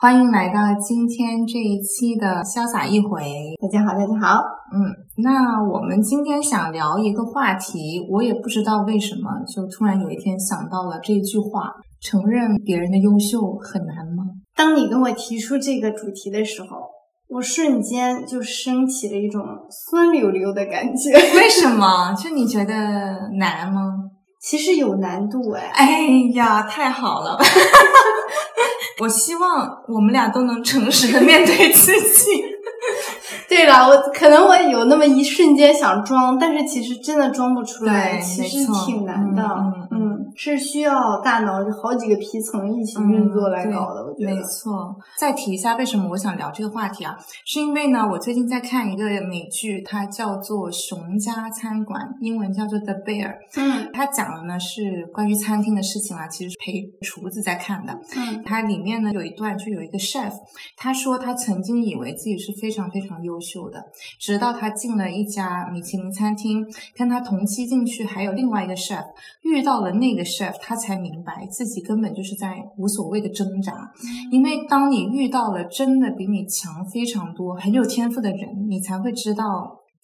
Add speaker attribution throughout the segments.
Speaker 1: 欢迎来到今天这一期的潇洒一回。
Speaker 2: 大家好，大家好。
Speaker 1: 嗯，那我们今天想聊一个话题，我也不知道为什么，就突然有一天想到了这句话：承认别人的优秀很难吗？
Speaker 2: 当你跟我提出这个主题的时候，我瞬间就升起了一种酸溜溜的感觉。
Speaker 1: 为什么？就你觉得难吗？
Speaker 2: 其实有难度哎，
Speaker 1: 哎呀，太好了！ 我希望我们俩都能诚实的面对自己。
Speaker 2: 对了，我可能我有那么一瞬间想装，但是其实真的装不出来，
Speaker 1: 对
Speaker 2: 其
Speaker 1: 没
Speaker 2: 实
Speaker 1: 错
Speaker 2: 挺难的，
Speaker 1: 嗯嗯嗯
Speaker 2: 是需要大脑好几个皮层一起运作来搞的，我觉
Speaker 1: 没
Speaker 2: 得。
Speaker 1: 错，再提一下为什么我想聊这个话题啊？是因为呢，我最近在看一个美剧，它叫做《熊家餐馆》，英文叫做《The Bear》。
Speaker 2: 嗯
Speaker 1: 它讲的呢是关于餐厅的事情啊，其实是陪厨子在看的。
Speaker 2: 嗯
Speaker 1: 它里面呢有一段就有一个 chef，他说他曾经以为自己是非常非常优秀的，直到他进了一家米其林餐厅，跟他同期进去还有另外一个 chef，遇到了那个 chef，他才明白自己根本就是在无所谓的挣扎，因为当你遇到了真的比你强非常多、很有天赋的人，你才会知道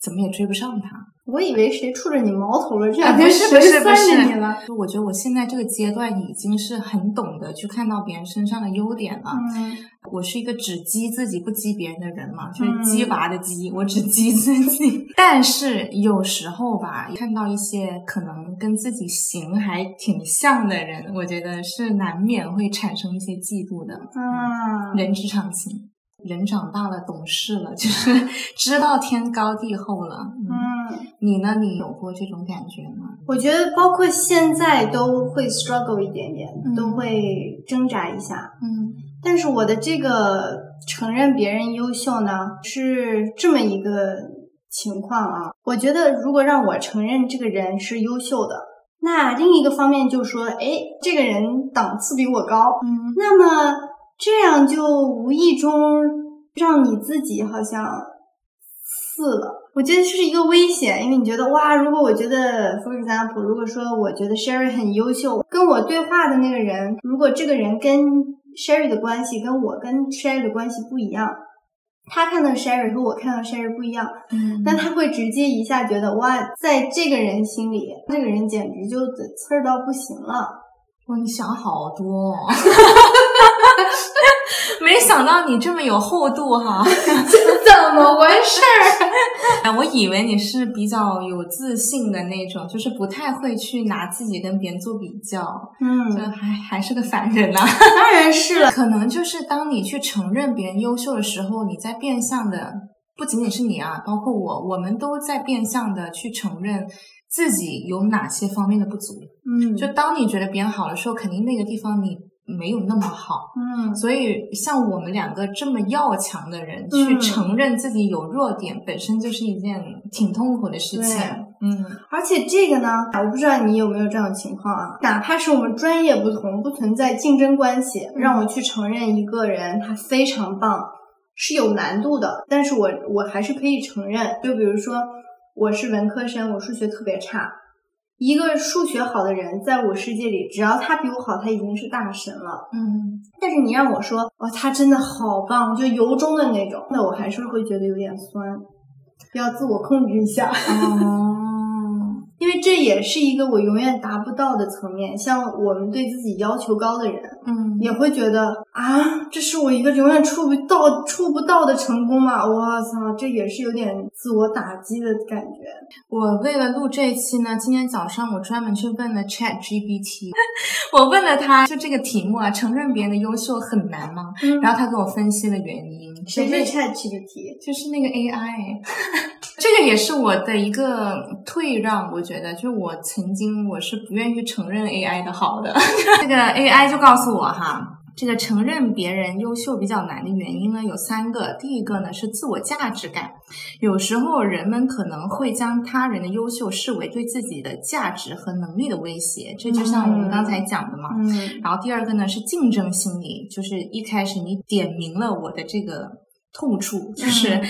Speaker 1: 怎么也追不上他。
Speaker 2: 我以为谁触着你毛头了，这样
Speaker 1: 啊不是不是
Speaker 2: 酸
Speaker 1: 不是
Speaker 2: 着你了。
Speaker 1: 就我觉得我现在这个阶段已经是很懂得去看到别人身上的优点了。
Speaker 2: 嗯，
Speaker 1: 我是一个只激自己不激别人的人嘛，就是
Speaker 2: 嗯
Speaker 1: 鸡娃的鸡，我只激自己。 但是有时候吧，看到一些可能跟自己型还挺像的人，我觉得是难免会产生一些嫉妒的。
Speaker 2: 啊，
Speaker 1: 人之常情，人长大了，懂事了， 就是知道天高地厚了。嗯，
Speaker 2: 嗯。
Speaker 1: 你呢？你有过这种感觉吗？
Speaker 2: 我觉得包括现在都会 struggle 一点点，
Speaker 1: 嗯
Speaker 2: 都会挣扎一下。
Speaker 1: 嗯
Speaker 2: 但是我的这个承认别人优秀呢，是这么一个情况啊。我觉得如果让我承认这个人是优秀的，那另一个方面就说，哎，这个人档次比我高，
Speaker 1: 嗯
Speaker 2: 那么这样就无意中让你自己好像次了。我觉得这是一个危险，因为你觉得哇，如果我觉得，for example，如果说我觉得 Sherry 很优秀，跟我对话的那个人，如果这个人跟 Sherry 的关系跟我跟 Sherry 的关系不一样，他看到 Sherry 和我看到 Sherry 不一样，
Speaker 1: 嗯
Speaker 2: 那他会直接一下觉得哇，在这个人心里，这个人简直就刺儿到不行了。
Speaker 1: 哇，你想好多、哦。 没想到你这么有厚度哈！
Speaker 2: 怎么回事？
Speaker 1: 哎，我以为你是比较有自信的那种，就是不太会去拿自己跟别人做比较，
Speaker 2: 嗯
Speaker 1: 就，还还是个凡人呐、
Speaker 2: 当然是了。
Speaker 1: 可能就是当你去承认别人优秀的时候，你在变相的不仅仅是你啊，包括我，我们都在变相的去承认自己有哪些方面的不足。
Speaker 2: 嗯
Speaker 1: 就当你觉得别人好的时候，肯定那个地方你没有那么好。
Speaker 2: 嗯
Speaker 1: 所以，像我们两个这么要强的人，
Speaker 2: 嗯
Speaker 1: 去承认自己有弱点，本身就是一件挺痛苦的事情
Speaker 2: 对。
Speaker 1: 嗯，
Speaker 2: 而且这个呢，我不知道你有没有这种情况啊，哪怕是我们专业不同，不存在竞争关系，让我去承认一个人他非常棒是有难度的，但是我我还是可以承认。就比如说，我是文科生，我数学特别差。一个数学好的人，在我世界里，只要他比我好，他已经是大神了。
Speaker 1: 嗯，
Speaker 2: 但是你让我说，哇、他真的好棒，就由衷的那种，那我还是会觉得有点酸，要自我控制一下。
Speaker 1: 哦，
Speaker 2: 因为这也是一个我永远达不到的层面。像我们对自己要求高的人，
Speaker 1: 嗯，
Speaker 2: 也会觉得啊，这是我一个永远触不到、触不到的成功嘛！我操，这也是有点自我打击的感觉。
Speaker 1: 我为了录这一期呢，今天早上我专门去问了 Chat GPT，我 问了他就这个题目啊，承认别人的优秀很难吗？然后
Speaker 2: 后
Speaker 1: 他给我分析了原因，
Speaker 2: 谁
Speaker 1: 嗯就是
Speaker 2: 是 Chat GPT？
Speaker 1: 就是那个 AI，这个也是我的一个退让。我觉得，就是我曾经我是不愿意承认 AI 的好的， 这个 AI 就告诉我哈。这个承认别人优秀比较难的原因呢，有三个。第一个呢是自我价值感，有时候人们可能会将他人的优秀视为对自己的价值和能力的威胁，这就像我们刚才讲的嘛。
Speaker 2: 嗯
Speaker 1: 然后第二个呢是竞争心理，就是一开始你点明了我的这个痛处，
Speaker 2: 嗯
Speaker 1: 就是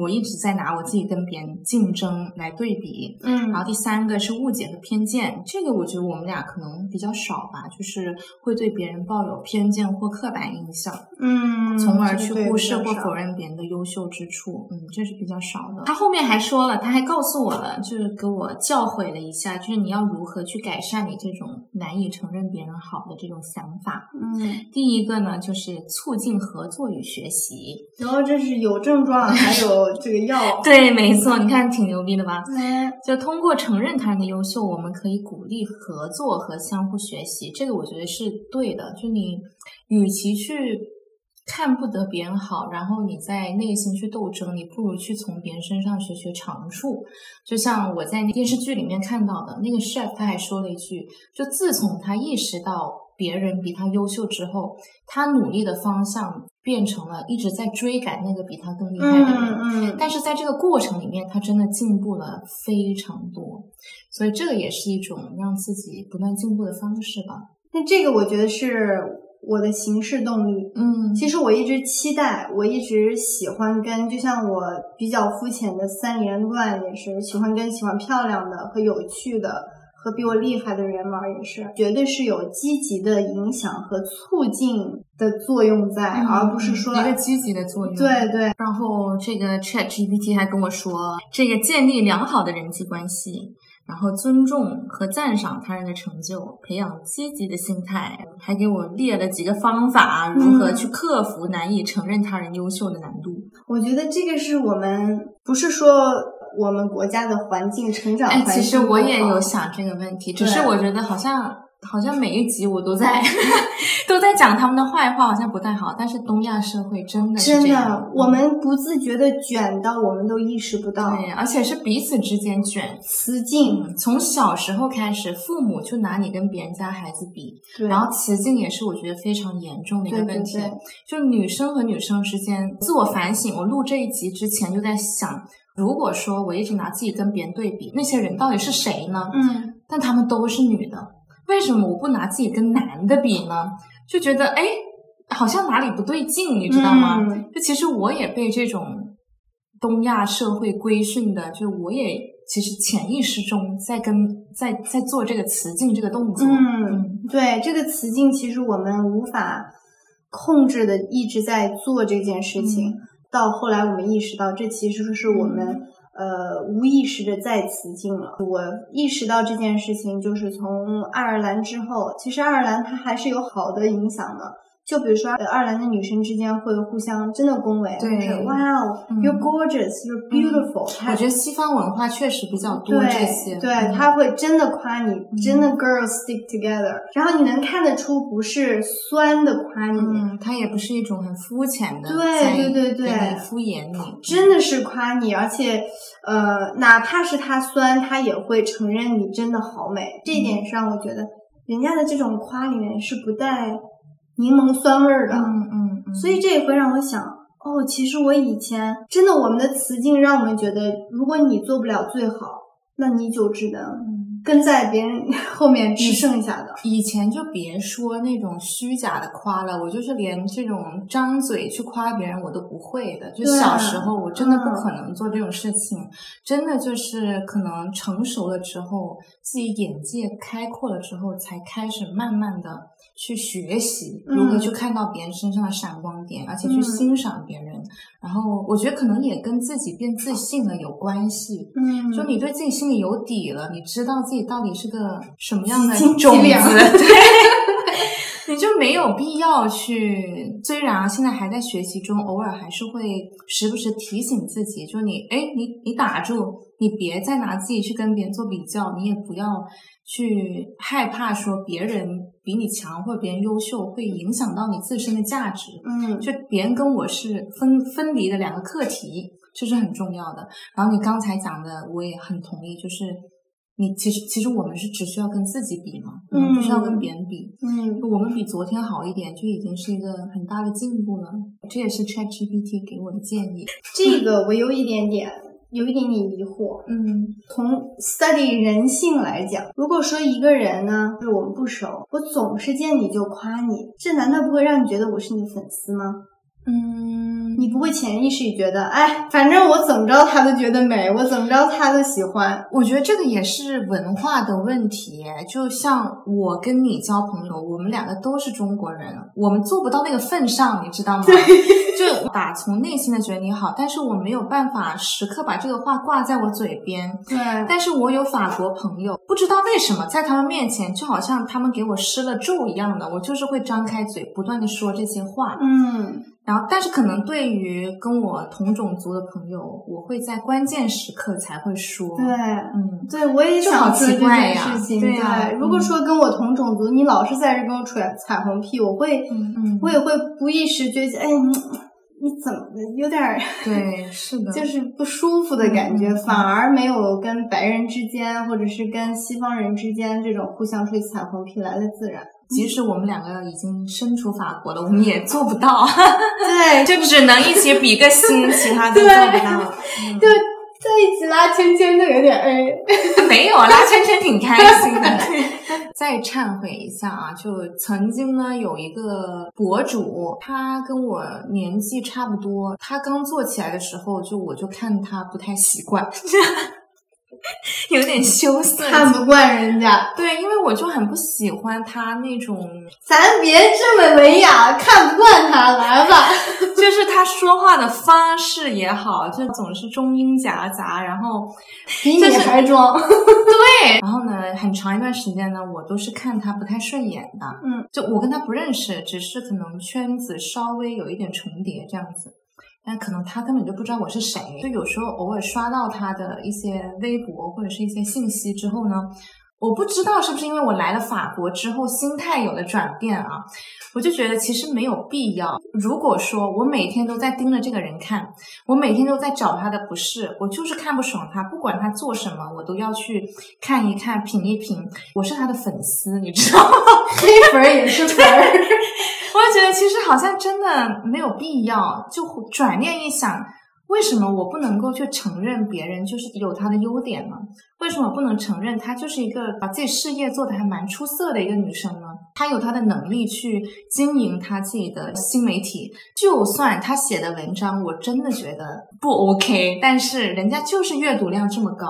Speaker 1: 我一直在拿我自己跟别人竞争来对比。
Speaker 2: 嗯
Speaker 1: 然后第三个是误解和偏见，这个我觉得我们俩可能比较少吧，就是会对别人抱有偏见或刻板印象，
Speaker 2: 嗯，
Speaker 1: 从而去
Speaker 2: 这个对
Speaker 1: 忽视
Speaker 2: 比较
Speaker 1: 或
Speaker 2: 少
Speaker 1: 否认别人的优秀之处。嗯，这是比较少的。他后面还说了，他还告诉我了，就是给我教诲了一下，就是你要如何去改善你这种难以承认别人好的这种想法。
Speaker 2: 嗯，
Speaker 1: 第一个呢，就是促进合作与学习。
Speaker 2: 然后这是有症状，还有这个 药。
Speaker 1: 对，没错，你看挺牛逼的吧？
Speaker 2: 嗯
Speaker 1: 就通过承认他人的优秀，我们可以鼓励合作和相互学习，这个我觉得是对的。就你，与其去看不得别人好，然后你在内心去斗争，你不如去从别人身上学学长处。就像我在电视剧里面看到的那个 chef，他还说了一句，就自从他意识到别人比他优秀之后，他努力的方向变成了一直在追赶那个比他更厉害的人。
Speaker 2: 嗯嗯，
Speaker 1: 但是在这个过程里面，他真的进步了非常多，所以这个也是一种让自己不断进步的方式吧。
Speaker 2: 那这个我觉得是我的行事动力。
Speaker 1: 嗯
Speaker 2: 其实我一直期待，我一直喜欢跟，就像我比较肤浅的三连乱也是喜欢跟喜欢漂亮的和有趣的和比我厉害的人玩，也是绝对是有积极的影响和促进的作用在，而不是说
Speaker 1: 嗯一个积极的作用。
Speaker 2: 对对
Speaker 1: 然后这个 Chat GPT 还跟我说，这个建立良好的人际关系，然后尊重和赞赏他人的成就，培养积极的心态，还给我列了几个方法，如
Speaker 2: 嗯
Speaker 1: 何去克服难以承认他人优秀的难度。
Speaker 2: 我觉得这个是我们不是说我们国家的环境成长
Speaker 1: 哎，
Speaker 2: 环境不
Speaker 1: 其
Speaker 2: 好，
Speaker 1: 实我也有想这个问题，只是
Speaker 2: 对
Speaker 1: 我觉得好像好像每一集我都在 都在讲他们的坏话，好像不太好。但是东亚社会真的是
Speaker 2: 真
Speaker 1: 这样
Speaker 2: 的，我们不自觉的卷到我们都意识不到，
Speaker 1: 嗯对，而且是彼此之间卷。
Speaker 2: 雌竞，
Speaker 1: 嗯，从小时候开始，父母就拿你跟别人家孩子比，
Speaker 2: 对，
Speaker 1: 然后雌竞也是我觉得非常严重的一
Speaker 2: 对
Speaker 1: 个
Speaker 2: 对
Speaker 1: 问题。
Speaker 2: 对，
Speaker 1: 就是女生和女生之间自我反省。我录这一集之前就在想，如果说我一直拿自己跟别人对比，那些人到底是谁呢？
Speaker 2: 嗯，
Speaker 1: 但她们都是女的，为什么我不拿自己跟男的比呢？就觉得哎，好像哪里不对劲，你知道吗？
Speaker 2: 嗯
Speaker 1: 就其实我也被这种东亚社会规训的，就我也其实潜意识中在跟在在做这个雌竞这个动作，
Speaker 2: 嗯
Speaker 1: 嗯
Speaker 2: 对，这个雌竞其实我们无法控制的，一直在做这件事
Speaker 1: 嗯
Speaker 2: 情。到后来，我们意识到，这其实是我们、呃无意识的在雌竞了。我意识到这件事情，就是从爱尔兰之后，其实爱尔兰它还是有好的影响的。就比如说，呃爱尔兰的女生之间会互相真的恭维，啊
Speaker 1: 对
Speaker 2: 就是哇哦、
Speaker 1: 嗯
Speaker 2: y o u r e gorgeous, you're beautiful、
Speaker 1: 我觉得西方文化确实比较多这些，嗯
Speaker 2: 对，对，他会真的夸你，真的 girls stick together，、然后你能看得出不是酸的夸你，
Speaker 1: 嗯，它也不是一种很肤浅的，
Speaker 2: 对
Speaker 1: 在
Speaker 2: 对对对
Speaker 1: 给你敷衍你，
Speaker 2: 真的是夸你，而且呃，哪怕是他酸，他也会承认你真的好美，这
Speaker 1: 嗯
Speaker 2: 一点是让我觉得人家的这种夸里面是不带柠檬酸味儿的，
Speaker 1: 嗯嗯嗯，
Speaker 2: 所以这也会让我想，哦，其实我以前真的我们的词境让我们觉得，如果你做不了最好，那你就只能。
Speaker 1: 嗯。
Speaker 2: 跟在别人 后面吃剩下的，
Speaker 1: 以前就别说那种虚假的夸了，我就是连这种张嘴去夸别人我都不会的。就
Speaker 2: 对
Speaker 1: 小时候，我真的不
Speaker 2: 嗯
Speaker 1: 可能做这种事情。真的就是可能成熟了之后，自己眼界开阔了之后，才开始慢慢的去学习
Speaker 2: 嗯
Speaker 1: 如何去看到别人身上的闪光点，而且去
Speaker 2: 嗯
Speaker 1: 欣赏别人。然后我觉得可能也跟自己变自信了有关系。
Speaker 2: 嗯
Speaker 1: 就你对自己心里有底了，你知道自己到底是个什么样的
Speaker 2: 几斤
Speaker 1: 种
Speaker 2: 几
Speaker 1: 子，
Speaker 2: 两
Speaker 1: 对，你就没有必要去。虽然啊现在还在学习中，偶尔还是会时不时提醒自己，就你，哎，你你打住，你别再拿自己去跟别人做比较，你也不要去害怕说别人比你强或者别人优秀会影响到你自身的价值。
Speaker 2: 嗯，
Speaker 1: 就别人跟我是分分离的两个课题，这是很重要的。然后你刚才讲的，我也很同意，就是你其实其实我们是只需要跟自己比嘛，我们不需要跟别人比。
Speaker 2: 嗯
Speaker 1: 我们比昨天好一点，就已经是一个很大的进步了。这也是 ChatGPT 给我的建议。，
Speaker 2: 这个我有一点点，有一点点疑惑。
Speaker 1: 嗯
Speaker 2: 从 study 人性来讲，如果说一个人呢，就是我们不熟，我总是见你就夸你，这难道不会让你觉得我是你粉丝吗？
Speaker 1: 嗯，
Speaker 2: 你不会潜意识里觉得，哎，反正我怎么着他都觉得美，我怎么着他都喜欢。
Speaker 1: 我觉得这个也是文化的问题。就像我跟你交朋友，我们两个都是中国人，我们做不到那个份上，你知道吗？就打从内心的觉得你好，但是我没有办法时刻把这个话挂在我嘴边。
Speaker 2: 对，
Speaker 1: 但是我有法国朋友，不知道为什么，在他们面前就好像他们给我施了咒一样的，我就是会张开嘴，不断的说这些话。
Speaker 2: 嗯，
Speaker 1: 然后，但是可能对于跟我同种族的朋友，我会在关键时刻才会说。
Speaker 2: 对，
Speaker 1: 嗯，
Speaker 2: 对我也
Speaker 1: 这好
Speaker 2: 想说
Speaker 1: 奇
Speaker 2: 这
Speaker 1: 怪
Speaker 2: 件
Speaker 1: 呀
Speaker 2: 事情。
Speaker 1: 对啊
Speaker 2: 如果
Speaker 1: 嗯
Speaker 2: 说跟我同种族，你老是在这跟我吹彩虹屁，我会，
Speaker 1: 嗯嗯
Speaker 2: 我也会不意识觉得，哎，你你怎么的，有点儿
Speaker 1: 对，是的，
Speaker 2: 就是不舒服的感觉，
Speaker 1: 嗯嗯嗯
Speaker 2: 反而没有跟白人之间或者是跟西方人之间这种互相吹彩虹屁来的自 然。
Speaker 1: 即使我们两个已经身处法国了，我们 也做不到，
Speaker 2: 对，
Speaker 1: 就只能一起比个心，其他都
Speaker 2: 对
Speaker 1: 做不到了。
Speaker 2: 就在一起拉圈圈都有点哎，
Speaker 1: 嗯没有啦，圈圈挺开心的。 再忏悔一下啊，就曾经呢有一个博主，他跟我年纪差不多，他刚做起来的时候，就我就看他不太习惯， 有点羞涩。
Speaker 2: 看不惯人家，
Speaker 1: 对，因为我就很不喜欢他那种，
Speaker 2: 咱别这么文雅，看不惯他来吧。
Speaker 1: 就是他说话的方式也好，就总是中英夹杂，然后
Speaker 2: 比你
Speaker 1: 就是
Speaker 2: 还装，
Speaker 1: 然后呢，很长一段时间呢，我都是看他不太顺眼的。
Speaker 2: 嗯，
Speaker 1: 就我跟他不认识，只是可能圈子稍微有一点重叠这样子。但可能他根本就不知道我是谁，就有时候偶尔刷到他的一些微博或者是一些信息之后呢，我不知道是不是因为我来了法国之后心态有了转变啊，我就觉得其实没有必要。如果说我每天都在盯着这个人看，我每天都在找他的不是，我就是看不爽他，不管他做什么，我都要去看一看、品一品。我是他的粉丝，你知道吗？
Speaker 2: 黑粉儿也是 粉儿。
Speaker 1: 我就觉得其实好像真的没有必要。就转念一想，为什么我不能够去承认别人就是有他的优点呢？为什么不能承认她就是一个把自己事业做得还蛮出色的一个女生呢？她有她的能力去经营她自己的新媒体，就算她写的文章我真的觉得不 OK，但是人家就是阅读量这么高，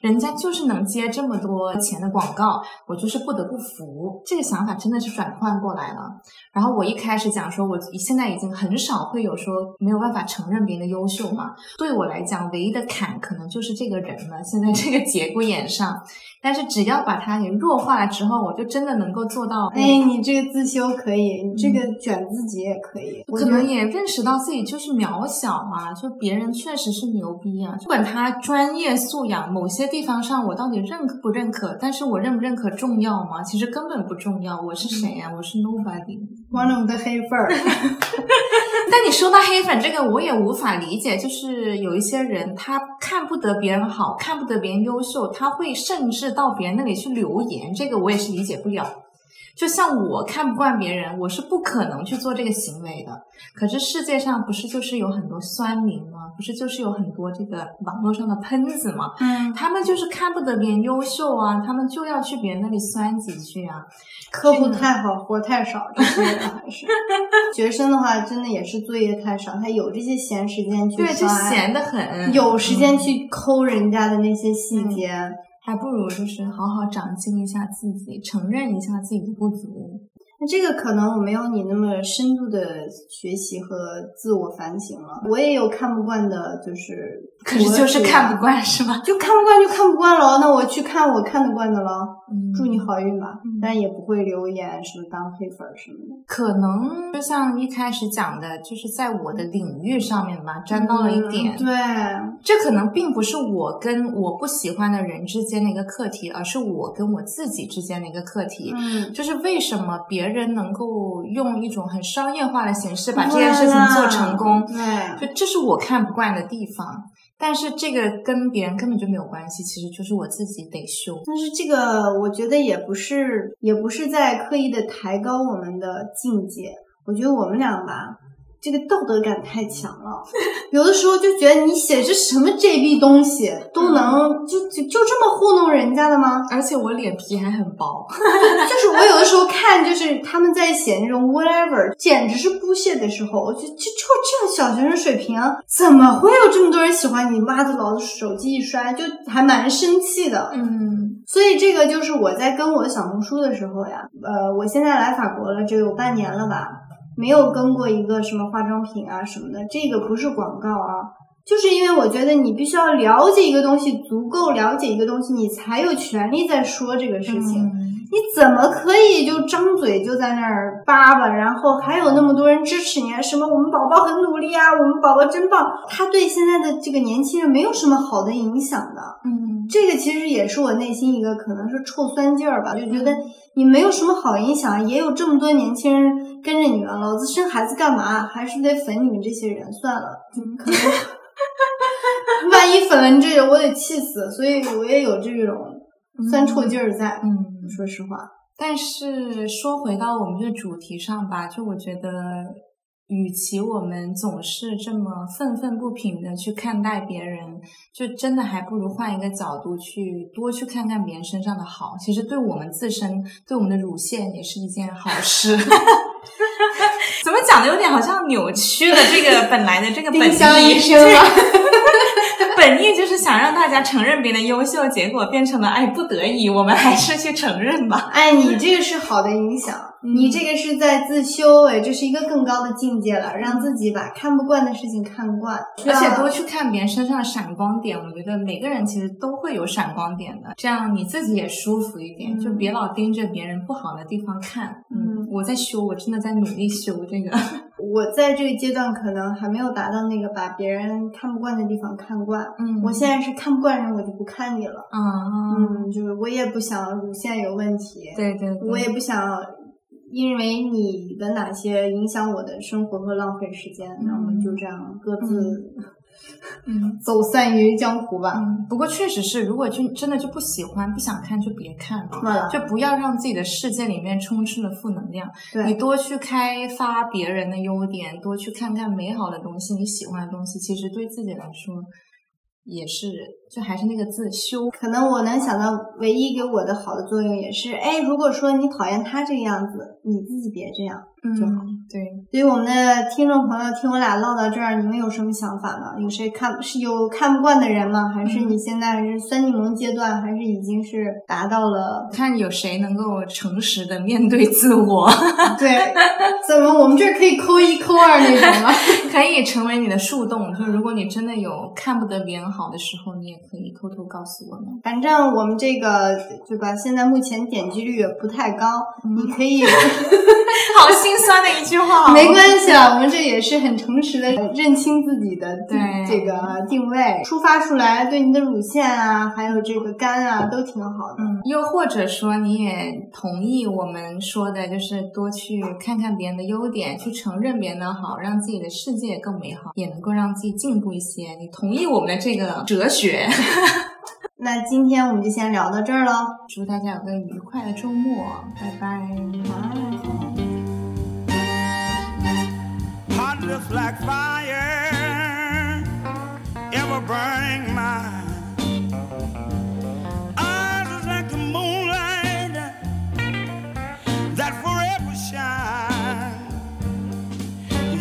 Speaker 1: 人家就是能接这么多钱的广告，我就是不得不服。这个想法真的是转换过来了。然后我一开始讲说，我现在已经很少会有说没有办法承认别人的优秀嘛，对我来讲，唯一的坎可能就是这个人了。现在这个节骨眼上，但是只要把它给弱化了之后，我就真的能够做到。
Speaker 2: 哎，你这个自修可以，你这个卷自己也可以。我
Speaker 1: 嗯可
Speaker 2: 觉
Speaker 1: 能
Speaker 2: 得
Speaker 1: 也认识到自己就是渺小啊，就别人确实是牛逼啊。不管他专业素养某些地方上我到底认可不认可，但是我认不认可重要吗？其实根本不重要。我
Speaker 2: 嗯
Speaker 1: 是谁呀、我是 nobody。
Speaker 2: 完了我的黑 粉儿。
Speaker 1: 但你说到黑粉这个，我也无法理解，就是有一些人他看不得别人好，看不得别人优秀，他会甚至到别人那里去留言，这个我也是理解不了。就像我看不惯别人，我是不可能去做这个行为的。可是世界上不是就是有很多酸民吗？不是就是有很多这个网络上的喷子吗？
Speaker 2: 嗯，
Speaker 1: 他们就是看不得别人优秀啊，他们就要去别人那里酸几句啊。
Speaker 2: 科普太好，活太少，这些人还是学生的话，真的也是作业太少，他有这些闲时间去
Speaker 1: 对，就
Speaker 2: 刷
Speaker 1: 闲得很。
Speaker 2: 有时
Speaker 1: 嗯
Speaker 2: 间去抠人家的那些细节。
Speaker 1: 还不如就是好好长进一下自己，承认一下自己的不足。
Speaker 2: 那这个可能我没有你那么深度的学习和自我反省了。我也有看不惯的，就是
Speaker 1: 可是就是看不，惯，是吧？
Speaker 2: 就看不惯就看不惯喽。那我去看我看得惯的喽。
Speaker 1: 嗯
Speaker 2: 祝你。好运吧，
Speaker 1: 嗯
Speaker 2: 但也不会留言什么当黑粉儿什么的。
Speaker 1: 可能就像一开始讲的，就是在我的领域上面吧，沾到了一点。
Speaker 2: 嗯对，
Speaker 1: 这可能并不是我跟我不喜欢的人之间的一个课题，而是我跟我自己之间的一个课题。
Speaker 2: 嗯，
Speaker 1: 就是为什么别人能够用一种很商业化的形式把这
Speaker 2: 对
Speaker 1: 件事情
Speaker 2: 啦
Speaker 1: 做成功，
Speaker 2: 对，
Speaker 1: 就这是我看不惯的地方，但是这个跟别人根本就没有关系，其实就是我自己得修。
Speaker 2: 但是这个我觉得也不是，也不是在刻意的抬高我们的境界。我觉得我们俩吧，这个道德感太强了，有的时候就觉得你写这什么 JB 东西都能就就就这么糊弄人家的吗？
Speaker 1: 而且我脸皮还很薄，
Speaker 2: 就是我有的时候看，就是他们在写那种 whatever，简直是 bullshit 的时候，我就就就这小学生水平，怎么会有这么多人喜欢你？妈的，老子手机一摔，就还蛮生气的。
Speaker 1: 嗯
Speaker 2: 所以这个就是我在跟我的小红书的时候呀，呃，我现在来法国了，这有半年了吧，没有跟过一个什么化妆品啊什么的，这个不是广告啊，就是因为我觉得你必须要了解一个东西，足够了解一个东西，你才有权利在说这个事情。
Speaker 1: 嗯
Speaker 2: 你怎么可以就张嘴就在那儿叭叭，然后还有那么多人支持你啊？什么我们宝宝很努力啊，我们宝宝真棒，他对现在的这个年轻人没有什么好的影响的。
Speaker 1: 嗯，
Speaker 2: 这个其实也是我内心一个可能是臭酸劲儿吧，就觉得你没有什么好影响，也有这么多年轻人跟着你了，老子生孩子干嘛？还是得粉你们这些人算了，嗯 可能万一粉了你这个，我得气死。所以我也有这种酸臭劲儿在，
Speaker 1: 嗯。
Speaker 2: 说实话，
Speaker 1: 但是说回到我们这主题上吧，就我觉得，与其我们总是这么愤愤不平的去看待别人，就真的还不如换一个角度去多去看看别人身上的好。其实对我们自身、对我们的乳腺也是一件好 事。怎么讲的有点好像扭曲了这个本来的这个本
Speaker 2: 丁香
Speaker 1: 意
Speaker 2: 医生啊，
Speaker 1: 本意就是想让大家承认别人的优秀，结果变成了哎不得已，我们还是去承认吧。
Speaker 2: 哎，你这个是好的影响，
Speaker 1: 嗯
Speaker 2: 你这个是在自修，哎，这是一个更高的境界了，让自己把看不惯的事情看惯，啊
Speaker 1: 而且多去看别人身上的闪光点，我觉得每个人其实都会有闪光点的，这样你自己也舒服一点，
Speaker 2: 嗯
Speaker 1: 就别老盯着别人不好的地方看。
Speaker 2: 嗯，
Speaker 1: 我在修，我真的在努力修这个。
Speaker 2: 我在这个阶段可能还没有达到那个把别人看不惯的地方看惯。
Speaker 1: 嗯
Speaker 2: 我现在是看不惯人，我就不看你了。
Speaker 1: 嗯嗯，
Speaker 2: 嗯，就是我也不想乳腺有问题，
Speaker 1: 对对对，
Speaker 2: 我也不想因为你的哪些影响我的生活和浪费时间。那我们就这样各自
Speaker 1: 嗯。
Speaker 2: 走散于江湖吧。
Speaker 1: 嗯，不过确实是，如果就真的就不喜欢、不想看，就别看了，
Speaker 2: 算了，
Speaker 1: 就不要让自己的世界里面充斥了负能量。你
Speaker 2: 对，
Speaker 1: 多去开发别人的优点，多去看看美好的东西，你喜欢的东西，其实对自己来说也是，就还是那个字修。
Speaker 2: 可能我能想到唯一给我的好的作用也是，哎，如果说你讨厌他这个样子，你自己别这样。就好
Speaker 1: 嗯，对，
Speaker 2: 所以我们的听众朋友听我俩唠到这儿，你们有什么想法吗？有谁看是有看不惯的人吗？还是
Speaker 1: 嗯
Speaker 2: 你现在还是酸柠檬阶段，还是已经是达到 了
Speaker 1: 看有谁能够诚实的面对自我，
Speaker 2: 对？怎么我们这儿可以扣一扣二那种吗？
Speaker 1: 可以成为你的树洞。就如果你真的有看不得别人好的时候，你也可以偷偷告诉我们。
Speaker 2: 反正我们这个对吧？现在目前点击率也不太高，
Speaker 1: 嗯
Speaker 2: 你 可以
Speaker 1: 好心酸的一句话、哦
Speaker 2: 没关系啊，我们这也是很诚实的认清自己的
Speaker 1: 对
Speaker 2: 这个定位，抒发出来对你的乳腺啊，还有这个肝啊都挺好的。
Speaker 1: 嗯，又或者说你也同意我们说的，就是多去看看别人的优点，去承认别人的好，让自己的世界更美好，也能够让自己进步一些。你同意我们的这个哲 学？
Speaker 2: 那今天我们就先聊到这儿喽。
Speaker 1: 祝大家有个愉快的周末，拜拜。
Speaker 3: hot just like fire, ever burning mine. Eyes is like the moonlight that forever shines.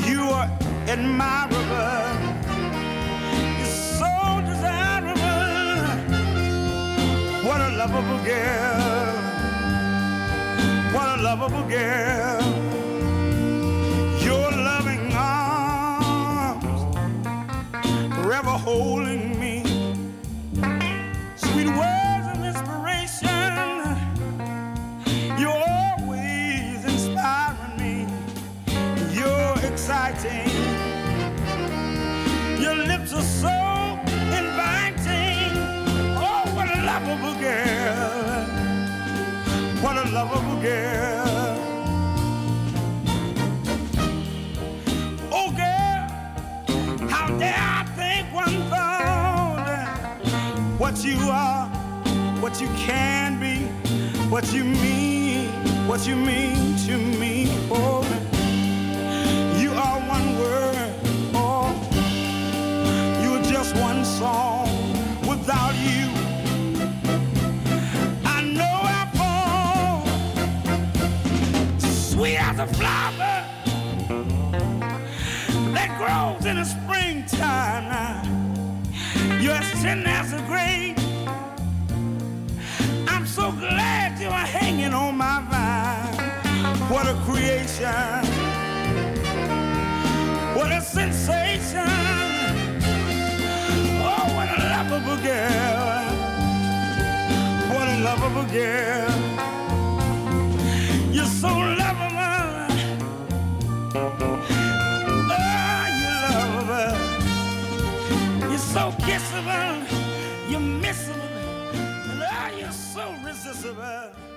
Speaker 3: You are admirable. You're so desirable. What a lovable girl. What a lovable girl your loving arms forever holding me. Sweet words of inspiration, you're always inspiring me. You're exciting, your lips are so inviting. Oh, what a lovable girl! What a lovable girl! Oh, girl, how dare I think one thought what you are, what you can be, what you mean, what you mean to me. Oh, you are one word. oh, a flower that grows in the springtime. You're as tender as a grape. I'm so glad you are hanging on my vine. What a creation! What a sensation! Oh, what a lovable girl! What a lovable girl! You're so lovable. Oh, you're lovable. You're so kissable. You're missable. And oh, you're so resistible.